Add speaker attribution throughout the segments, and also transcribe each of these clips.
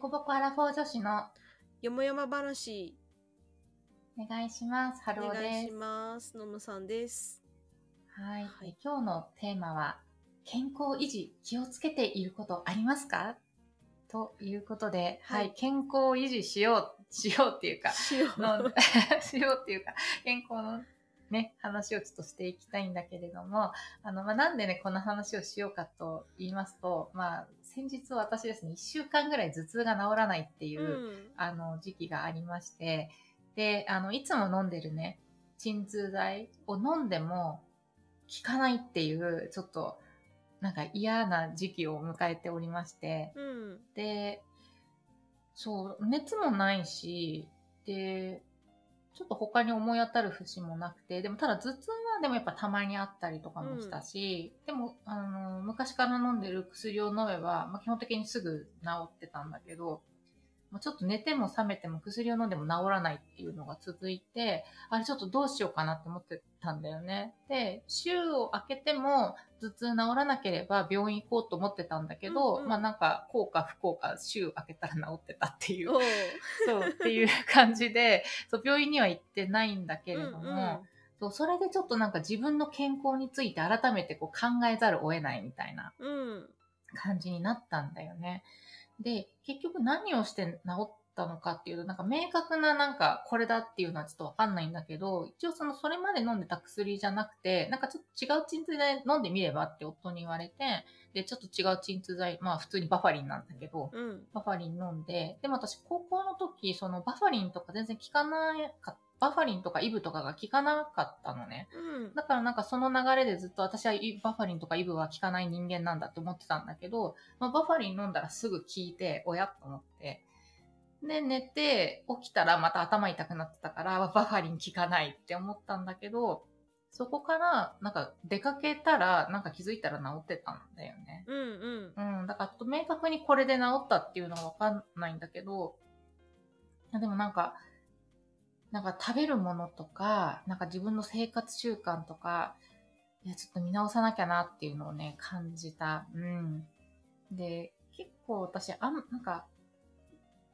Speaker 1: こぼこアラフォー女子の
Speaker 2: よもやま話
Speaker 1: お願いします。ハ
Speaker 2: お
Speaker 1: ロー
Speaker 2: 願
Speaker 1: で
Speaker 2: いし
Speaker 1: す。
Speaker 2: ます。のむさんです。
Speaker 1: はい、
Speaker 2: はい
Speaker 1: 今日のテーマは、健康維持、気をつけていることありますかということで、
Speaker 2: は
Speaker 1: はいい、健康を維持しよう、しようっていうか、
Speaker 2: しよう。
Speaker 1: の しようっていうか、健康のね、話をちょっとしていきたいんだけれども、あの、まあ、なんでね、この話をしようかと言いますと、まあ、先日私ですね、1週間ぐらい頭痛が治らないっていう、
Speaker 2: うん。
Speaker 1: あの、時期がありまして、で、あの、いつも飲んでるね、鎮痛剤を飲んでも効かないっていう、ちょっと、なんか嫌な時期を迎えておりまして、
Speaker 2: うん。
Speaker 1: で、そう、熱もないし、で、ちょっと他に思い当たる節もなくて、でもただ頭痛はでもやっぱたまにあったりとかもしたし、でも、あの、昔から飲んでる薬を飲めば、まあ、基本的にすぐ治ってたんだけど、もうちょっと寝ても覚めても薬を飲んでも治らないっていうのが続いて、あれちょっとどうしようかなって思ってたんだよね。で、週を明けても頭痛治らなければ病院行こうと思ってたんだけど、
Speaker 2: うんうん
Speaker 1: まあなんか、こうか不幸か週明けたら治ってたっていう、
Speaker 2: おう。
Speaker 1: そうっていう感じで、そう病院には行ってないんだけれども、そうそれでちょっとなんか自分の健康について改めてこう考えざるを得ないみたいな
Speaker 2: うんうん。
Speaker 1: 感じになったんだよね。で、結局何をして治ったのかっていうと、なんか明確ななんかこれだっていうのはちょっとわかんないんだけど、一応そのそれまで飲んでた薬じゃなくて、なんかちょっと違う鎮痛剤飲んでみればって夫に言われて、で、ちょっと違う鎮痛剤、まあ普通にバファリンなんだけど、
Speaker 2: うん。うん。
Speaker 1: バファリン飲んで、でも私高校の時、そのバファリンとか全然効かなかった、バファリンとかイブとかが効かなかったのね。
Speaker 2: うん。
Speaker 1: だからなんかその流れでずっと私はイバファリンとかイブは効かない人間なんだって思ってたんだけど、まあ、バファリン飲んだらすぐ効いて、おやっと思って。で、寝て、起きたらまた頭痛くなってたから、バファリン効かないって思ったんだけど、そこからなんか出かけたらなんか気づいたら治ってたんだよね。
Speaker 2: うん。うん。
Speaker 1: うん、だからちょっと明確にこれで治ったっていうのはわかんないんだけど、いやでもなんか、なんか食べるものとか、なんか自分の生活習慣とか、いや、ちょっと見直さなきゃなっていうのをね、感じた。うん。で、結構私、あん、なんか、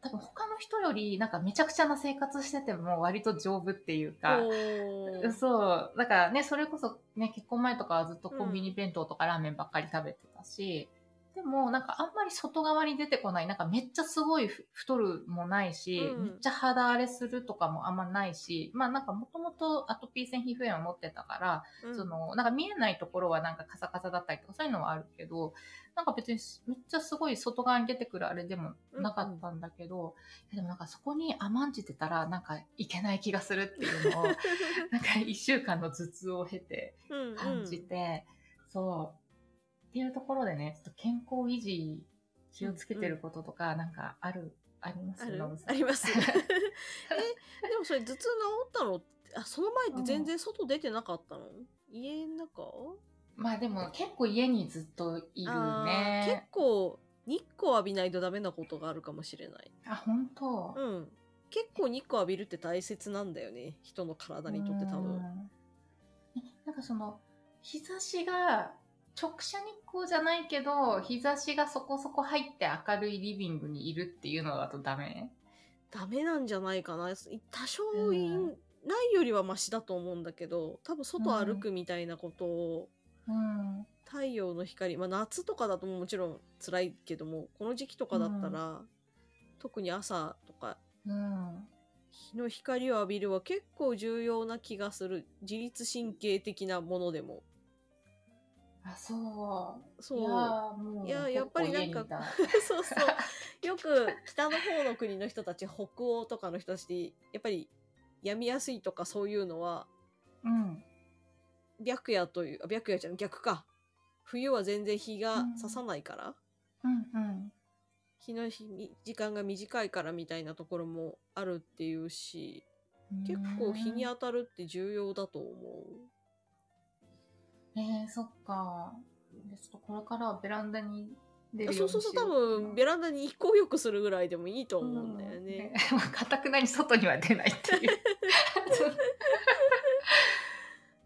Speaker 1: 多分他の人より、なんかめちゃくちゃな生活してても割と丈夫っていうか、
Speaker 2: おう。
Speaker 1: そう。だからね、それこそね、結婚前とかはずっとコンビニ弁当とかラーメンばっかり食べてたし、でもなんかあんまり外側に出てこない、なんかめっちゃすごいふ太るもないし、
Speaker 2: うん
Speaker 1: めっちゃ肌荒れするとかもあんまないし、まあなんかもともとアトピー性皮膚炎を持ってたから、
Speaker 2: うん
Speaker 1: そ。の、なんか見えないところはなんかカサカサだったりとかそういうのはあるけど、なんか別にすめっちゃすごい外側に出てくるあれでもなかったんだけど、いやでもなんかそこに甘んじてたらなんかいけない気がするっていうのを、 なんか一週間の頭痛を経て
Speaker 2: うんうん
Speaker 1: 感じて、そう。っていうところでね、ちょっと健康維持気をつけてることとか、なんかある、あります
Speaker 2: ある
Speaker 1: ノブさん
Speaker 2: あります。え、でもそれ頭痛治ったのあ、その前って全然外出てなかったの家の中
Speaker 1: まあでも結構家にずっといる
Speaker 2: あー結
Speaker 1: ね。
Speaker 2: 構日光浴びないとダメなことがあるかもしれない。
Speaker 1: あ、本当
Speaker 2: うん。結構日光浴びるって大切なんだよね。人の体にとって多
Speaker 1: う
Speaker 2: 分。
Speaker 1: んなんかその、日差しが、直射日光じゃないけど、日差しがそこそこ入って明るいリビングにいるっていうのだとダメ
Speaker 2: ダメなんじゃないかな。多
Speaker 1: う
Speaker 2: 少
Speaker 1: ん
Speaker 2: いんないよりはマシだと思うんだけど、多分外
Speaker 1: うん
Speaker 2: 歩くみたいなことを、
Speaker 1: うん。
Speaker 2: 太陽の光、まあ夏とかだともちろん辛いけども、この時期とかだったら、特に朝とか
Speaker 1: うん。
Speaker 2: 日の光を浴びるは結構重要な気がする。自律神経的なものでも。
Speaker 1: あ、そう。
Speaker 2: そう。
Speaker 1: いやーもう
Speaker 2: いやーやっぱりなんか
Speaker 1: 結構家にい
Speaker 2: そうそう。よく北の方の国の人たち、北欧とかの人たち、やっぱり病みやすいとかそういうのは、
Speaker 1: た うん
Speaker 2: 白夜という、あ白夜じゃん、逆か。冬は全然日が差さないから、
Speaker 1: うんうん
Speaker 2: 日の日に時間が短いからみたいなところもあるっていうし、
Speaker 1: うん
Speaker 2: 結構日に当たるって重要だと思
Speaker 1: えー、そっかでちょっとこれからはベランダに出
Speaker 2: う。
Speaker 1: る
Speaker 2: そ
Speaker 1: よう
Speaker 2: う
Speaker 1: に
Speaker 2: そうそう、多分ベランダに一行よくするぐらいでもいいと思うんだよね。
Speaker 1: かたくなに外には出ないって いう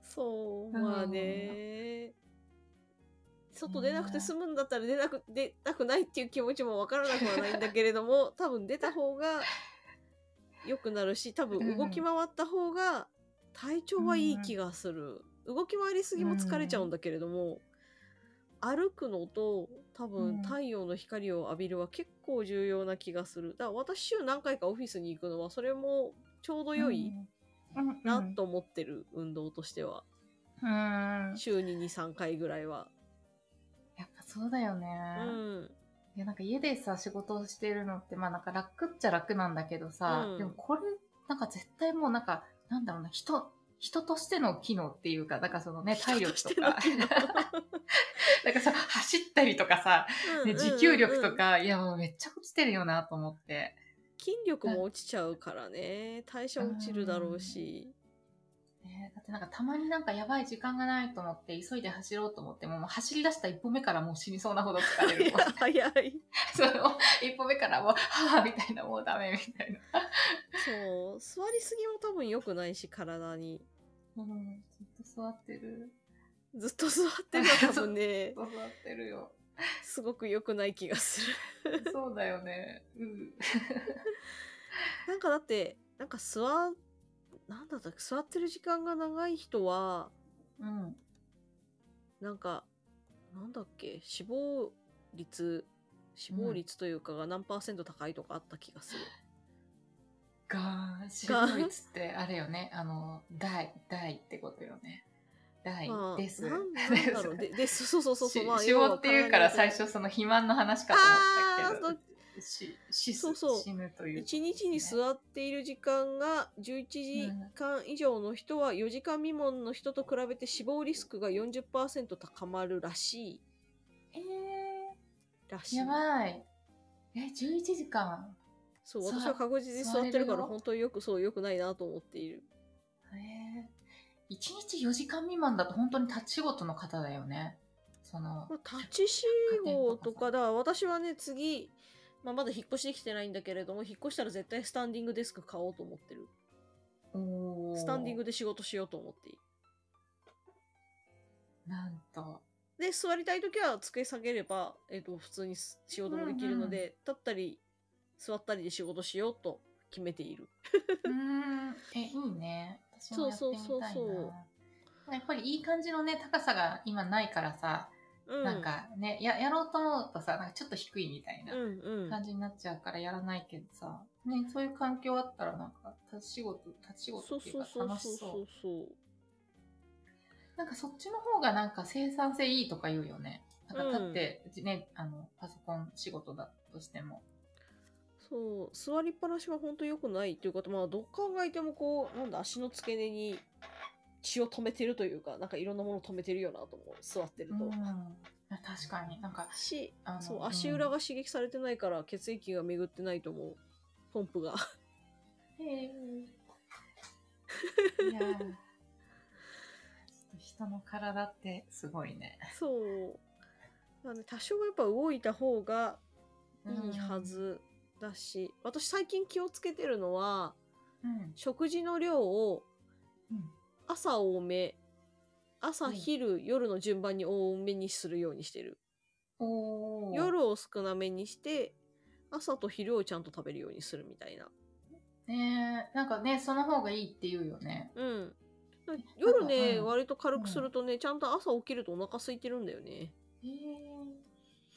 Speaker 2: そう、
Speaker 1: うん
Speaker 2: まあね。外出なくて済むんだったら出なく、出たくないっていう気持ちもわからなくはないんだけれ ども、多分出た方が良くなるし、多分動き回った方が体調はいい気がする。動き回りすぎも疲れちゃうんだけれども、歩くのと
Speaker 1: う
Speaker 2: 多
Speaker 1: ん
Speaker 2: 分太陽の光を浴びるは結構重要な気がする。だから私週何回かオフィスに行くのはそれもちょうど良い
Speaker 1: うんうん
Speaker 2: なと思ってる運動としては。
Speaker 1: うん
Speaker 2: 週に2、3回ぐらいは。
Speaker 1: やっぱそうだよね、
Speaker 2: うん。
Speaker 1: いやなんか家でさ仕事をしてるのってまあなんか楽っちゃ楽なんだけどさ、
Speaker 2: うん
Speaker 1: でもこれなんか絶対もうなんかなんだろうな人人としての機能っていうか、なんかそのね、体力とか、
Speaker 2: 人としての機能
Speaker 1: なんかさ、走ったりとかさ、ね、持久力と
Speaker 2: うんうんうん
Speaker 1: か、いやもうめっちゃ落ちてるよなと思って。
Speaker 2: 筋力も落ちちゃうからね代謝落ちるだろうし、
Speaker 1: ね、だってなんかたまになんかやばい時間がないと思って、急いで走ろうと思っても、もう走り出した一歩目からもう死にそうなほど疲れ
Speaker 2: い
Speaker 1: る
Speaker 2: や。 早い
Speaker 1: その、一歩目からもう、はぁ、みたいな、もうダメ、みたいな。
Speaker 2: そう座りすぎも多分良くないし体に
Speaker 1: うん、ずっと座ってる。
Speaker 2: ずっと座ってるのは多 分
Speaker 1: ず
Speaker 2: ね
Speaker 1: っと座ってるよ。
Speaker 2: すごく良くない気がする
Speaker 1: そうだよね。うん。
Speaker 2: なんかだってなんか座なんだったっけ座ってる時間が長い人は
Speaker 1: うん。
Speaker 2: なんかなんだっけ死亡率死亡率というかが何パーセント高いとかあった気がする、
Speaker 1: ガーン、死亡率ってあれよね。あの、大、大ってことよね。大
Speaker 2: まあ
Speaker 1: です。
Speaker 2: なんなんだろうででそうそうそうそう、まあ、
Speaker 1: 死亡っていうから
Speaker 2: 要は体
Speaker 1: 最
Speaker 2: に
Speaker 1: 初その肥満の話かと思った
Speaker 2: あ
Speaker 1: け
Speaker 2: ー
Speaker 1: ど。し死す
Speaker 2: そうそう
Speaker 1: 死ぬという。
Speaker 2: 1日に座っている時間が11時間以上の人は4時間未満の人と比べて死亡リスクが40%高まるらしい。
Speaker 1: え
Speaker 2: らし
Speaker 1: ー、
Speaker 2: い
Speaker 1: や。ばい。え、11時間。
Speaker 2: そう、
Speaker 1: 座
Speaker 2: 私は確実に座って
Speaker 1: 座
Speaker 2: るか
Speaker 1: れる
Speaker 2: ら
Speaker 1: よ
Speaker 2: 本当によくそう、よくないなと思っている。
Speaker 1: えー、1日4時間未満だと本当に立ち仕事の方だよね。その、
Speaker 2: まあ、立ち仕事とかだ、私はね、次、まあ、まだ引っ越しできてないんだけれども、引っ越したら絶対スタンディングデスク買おうと思ってる。
Speaker 1: お
Speaker 2: スタンディング
Speaker 1: で。
Speaker 2: で仕事しようと思っている。
Speaker 1: なんと。
Speaker 2: で、座りたいときは机下げれば、えっ、と、普通にす仕事もできるので、
Speaker 1: うん
Speaker 2: 立ったり、座ったりで仕事しようと決めている。
Speaker 1: うーん。え、いいね。私もやってみたいな。
Speaker 2: そうそうそうそう
Speaker 1: やっぱりいい感じのね、高さが今ないからさ、
Speaker 2: うん。
Speaker 1: なん、かね、や、やろうと思うとさ、なんかちょっと低いみたいな
Speaker 2: うんうん。
Speaker 1: 感じになっちゃうからやらないけどさ、ね、そういう環境あったらなんか、立ち仕事、立ち仕事
Speaker 2: そう
Speaker 1: っていう
Speaker 2: そう
Speaker 1: か
Speaker 2: そう
Speaker 1: 楽
Speaker 2: そう
Speaker 1: し
Speaker 2: そ
Speaker 1: そうう。
Speaker 2: そう。
Speaker 1: なんかそっちの方がなんか生産性いいとか言うよね。なんか立って、ね、あの、パソコン仕事だとしても。
Speaker 2: そう、座りっぱなしは本当良くないということ、まあ、どう考えてもこう、なんだ、足の付け根に血を止めてるというか、なんかいろんなものを止めてるよなと思う、座ってる
Speaker 1: う
Speaker 2: と。
Speaker 1: ん。確かに。なんか、
Speaker 2: し、
Speaker 1: あの
Speaker 2: そう、足裏
Speaker 1: うん
Speaker 2: が刺激されてないから、血液が巡ってないと思う。ポンプが。
Speaker 1: へえ。いやーちょっと人の体ってすごいね。
Speaker 2: そう。だからね、多少はやっぱ動いた方がいいは
Speaker 1: うん。
Speaker 2: ずだし、私最近気をつけてるのは、
Speaker 1: うん。
Speaker 2: 食事の量を
Speaker 1: うん
Speaker 2: 朝多め、朝、
Speaker 1: うん
Speaker 2: 昼、夜の順番に多めにするようにしてる。
Speaker 1: おー
Speaker 2: 夜を少なめにして、朝と昼をちゃんと食べるようにするみたいな。
Speaker 1: ねえなんかね、その方がいいって言うよね。
Speaker 2: うん。夜ね、
Speaker 1: うん
Speaker 2: 割と軽くするとね、ちゃんと朝起きるとお腹空いてるんだよね。
Speaker 1: へ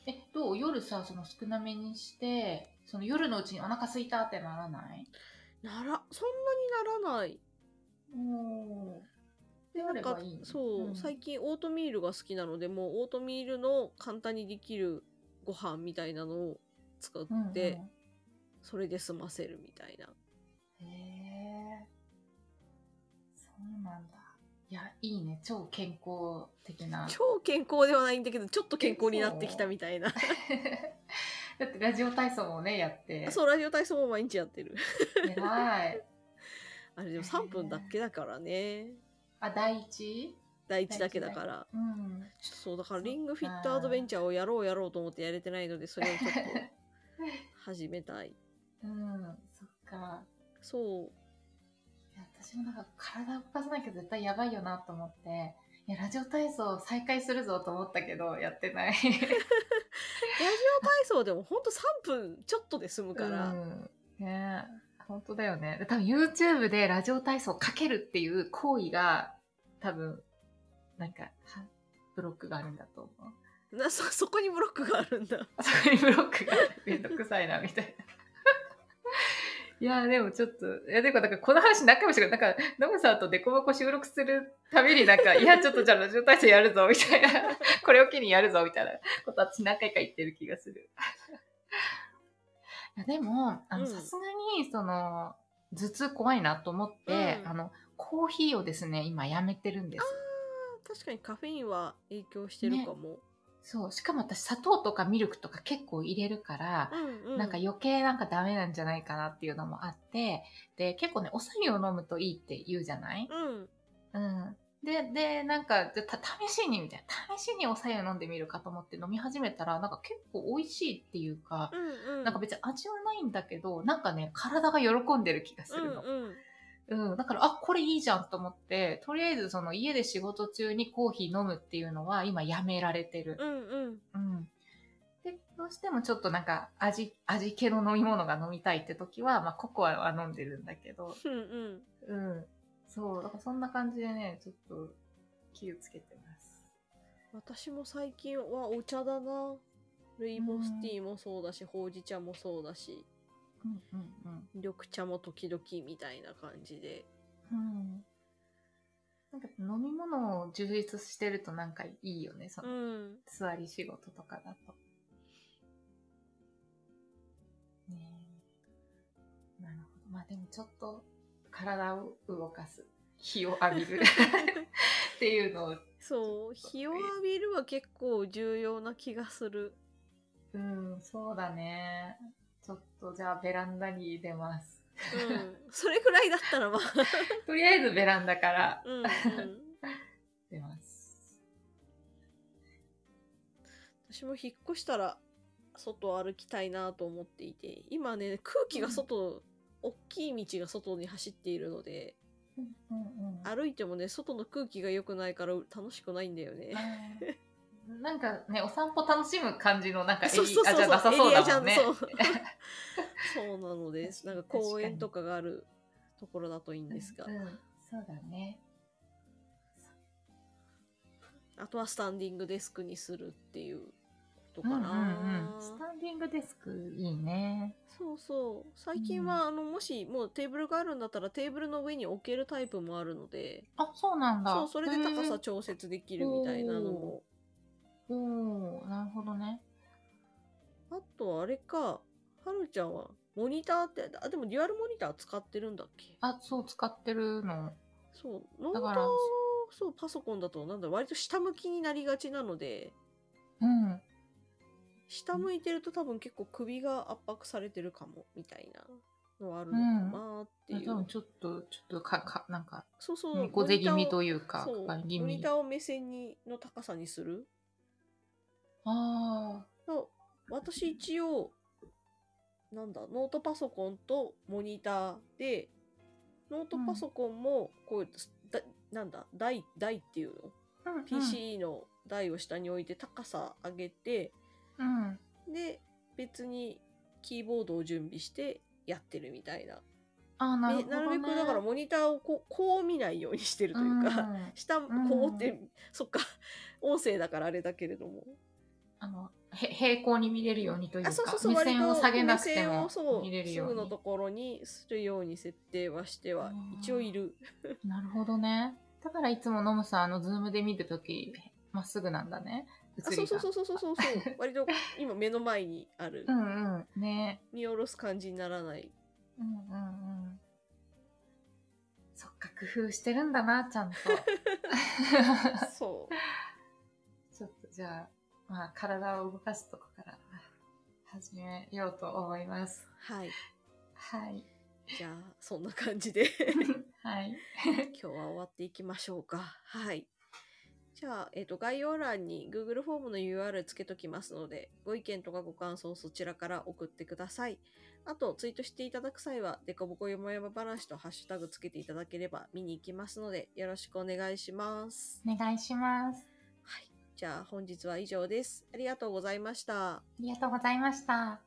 Speaker 1: え。え、どう夜さ、その少なめにして、その夜のうちにお腹空いたってならない
Speaker 2: なら、そんなにならない。
Speaker 1: おー
Speaker 2: で
Speaker 1: あ
Speaker 2: な
Speaker 1: れ
Speaker 2: んか
Speaker 1: ばいいね
Speaker 2: そう、
Speaker 1: うん
Speaker 2: 最近オートミールが好きなのでもうオートミールの簡単にできるご飯みたいなのを使っ
Speaker 1: うんうん。
Speaker 2: て、それで済ませるみたいな、
Speaker 1: へえ。そうなんだ。いや、いいね。超健康的な。
Speaker 2: 超健康ではないんだけどちょっと健康になってきたみたいな
Speaker 1: だってラジオ体操もね、やって。
Speaker 2: そうラジオ体操も毎日やってる
Speaker 1: 偉い。
Speaker 2: あれでも3分だけだからね
Speaker 1: あ、第一
Speaker 2: 第1だけだから
Speaker 1: うん。
Speaker 2: ちょっとそうだからリングフィットアドベンチャーをやろうやろうと思ってやれてないのでそれをちょっと始めたい
Speaker 1: うん、そっか。
Speaker 2: そう
Speaker 1: いや私もなんか体動かさなきゃ絶対やばいよなと思って、いや、ラジオ体操再開するぞと思ったけど、やってない。
Speaker 2: ラジオ体操でもほんと3分ちょっとで済むから、
Speaker 1: うん、ねえ本当だよね。で多分 YouTube でラジオ体操かけるっていう行為が、多分、なんか、はブロックがあるんだと思う。
Speaker 2: なそ そこにブロックがあるんだ
Speaker 1: あそこにブロックがあるめんどくさいな、みたいな。 いやーでもちょっと、いやでもなんかこの話何回もしてるなんかノムさんとデコボコ収録するためになんか、いやちょっとじゃあラジオ体操やるぞみたいな、 これを機にやるぞみたいなこと私何回か言ってる気がする。 いやでも、あ
Speaker 2: う
Speaker 1: の、
Speaker 2: ん
Speaker 1: さすがにその、頭痛怖いなと思って、
Speaker 2: うん
Speaker 1: あの、コーヒーをですね、今やめてるんです。
Speaker 2: 確かにカフェインは影響してるかも、
Speaker 1: そう、しかも私砂糖とかミルクとか結構入れるから、
Speaker 2: うんうん
Speaker 1: なんか余計なんかダメなんじゃないかなっていうのもあって、で、結構ね、おさゆを飲むといいって言うじゃない
Speaker 2: うん
Speaker 1: うん。で、で、なんか、じゃた試しにみたいな、試しにおさゆ飲んでみるかと思って飲み始めたら、なんか結構美味しいっていうか
Speaker 2: う、んうん
Speaker 1: なんか別に味はないんだけど、なんかね、体が喜んでる気がするの。
Speaker 2: うんうん
Speaker 1: うん。だから、あ、これいいじゃんと思って、とりあえずその家で仕事中にコーヒー飲むっていうのは今やめられてる。
Speaker 2: うんうん
Speaker 1: うん。で、どうしてもちょっとなんか味、味系の飲み物が飲みたいって時は、まあココアは飲んでるんだけど、
Speaker 2: うんうん
Speaker 1: うん。そう、だからそんな感じでね、ちょっと気をつけてます。
Speaker 2: 私も最近はお茶だなルイボスティーもそうだし、ほうじ茶もそうだし
Speaker 1: うんうん
Speaker 2: 緑茶も時々みたいな感じで
Speaker 1: うん。うん。なんか飲み物を充実してるとなんかいいよね、そうの
Speaker 2: ん
Speaker 1: 座り仕事とかだと。ねえなるほど。まあでもちょっと体を動かす。日を浴び る。っていうのを、
Speaker 2: そう日を浴びるは結構重要な気がする
Speaker 1: うん、そうだね。ちょっとじゃあベランダに出ます。
Speaker 2: うんそれくらいだったらまあ
Speaker 1: とりあえずベランダから
Speaker 2: うん、うん
Speaker 1: 出ます。
Speaker 2: 私も引っ越したら外を歩きたいなと思っていて今ね空気が外、大きい道が外に走っているので
Speaker 1: うんうんうん。
Speaker 2: 歩いてもね外の空気が良くないから楽しくないんだよね。
Speaker 1: なんかね、お散歩楽しむ感じのなんかエリ
Speaker 2: そうそうそ
Speaker 1: ア
Speaker 2: う
Speaker 1: じゃなさ
Speaker 2: そう
Speaker 1: そう
Speaker 2: エリアじ
Speaker 1: だ
Speaker 2: ゃ
Speaker 1: も
Speaker 2: ん
Speaker 1: んね。
Speaker 2: そうそうなのですなんか公園とかがあるところだといいんですが、
Speaker 1: うん、そうだね。
Speaker 2: あとはスタンディングデスクにするっていうこと
Speaker 1: う
Speaker 2: か
Speaker 1: んう
Speaker 2: な、
Speaker 1: んうん、スタンディングデスクいいね。
Speaker 2: そうそう最近は、あのもしもうテーブルがあるんだったらテーブルの上に置けるタイプもあるので
Speaker 1: あ、そうなんだ。
Speaker 2: そうそれで高さ
Speaker 1: へー。
Speaker 2: 調節できるみたいなのも
Speaker 1: おーなるほどね。
Speaker 2: あとあれかはるちゃんはモニターってあでもデュアルモニター使ってるんだっけ
Speaker 1: あ、そう、使ってるの。
Speaker 2: そうノー
Speaker 1: だから
Speaker 2: トそうパソコンだとなんだ割と下向きになりがちなので
Speaker 1: うん。
Speaker 2: 下向いてると多分結構首が圧迫されてるかもみたいなのはあるのかなっていう、
Speaker 1: 多分ちょっと、ちょっとか、か、なんか、
Speaker 2: そうそう
Speaker 1: 猫背気味
Speaker 2: モ
Speaker 1: と
Speaker 2: ニ
Speaker 1: いうか、
Speaker 2: ターをそう
Speaker 1: かかり気
Speaker 2: モニ
Speaker 1: 味
Speaker 2: タ。ーを目線にの高さにする
Speaker 1: あ
Speaker 2: そう私一応なんだノートパソコンとモニターでノートパソコンもこう、だなんだ台台っていうの
Speaker 1: あ。うんうん
Speaker 2: PC の台を下に置いて高さ上げて
Speaker 1: うん。
Speaker 2: で別にキーボードを準備してやってるみたいな
Speaker 1: あーなる
Speaker 2: で
Speaker 1: ほど、ね。
Speaker 2: なるべくだからモニターをこうこう見ないようにしてるというか、
Speaker 1: ん
Speaker 2: 下
Speaker 1: ん
Speaker 2: こうって、そっか音声だからあれだけれども
Speaker 1: あの、へ平行に見れるようにというか、
Speaker 2: あそうそうそう
Speaker 1: 目線を
Speaker 2: 割と
Speaker 1: 下げなくても
Speaker 2: 目線をそう
Speaker 1: 見れるよ
Speaker 2: す
Speaker 1: う
Speaker 2: ぐのと
Speaker 1: に。
Speaker 2: ころにするように設定はしては
Speaker 1: うん
Speaker 2: 一応いる
Speaker 1: なるほどね。だからいつもノムさん、あの、ズームで見るとき、まっすぐなんだね。映り
Speaker 2: あ
Speaker 1: が
Speaker 2: そうそうそうそうそうそう 割と今目の前にある
Speaker 1: うんうん。ね。
Speaker 2: 見下ろす感じにな らない
Speaker 1: うんうんうん。そっか、工夫してるんだな、ちゃん と。
Speaker 2: そう
Speaker 1: ちょっとじゃあ、まあ、体を動かすとこから始めようと思います。
Speaker 2: はい
Speaker 1: はい。
Speaker 2: じゃあそんな感じで
Speaker 1: はい。
Speaker 2: 今日は終わっていきましょうかはいじゃあ、えっ、と、概要欄に Google フォームの URL つけときますので、ご意見とかご感想をそちらから送ってください。あと、ツイートしていただく際は、デコボコよもやま話とハッシュタグつけていただければ見に行きますので、よろしくお願いします。
Speaker 1: お願いします。
Speaker 2: はい。じゃあ、本日は以上です。ありがとうございました。
Speaker 1: ありがとうございました。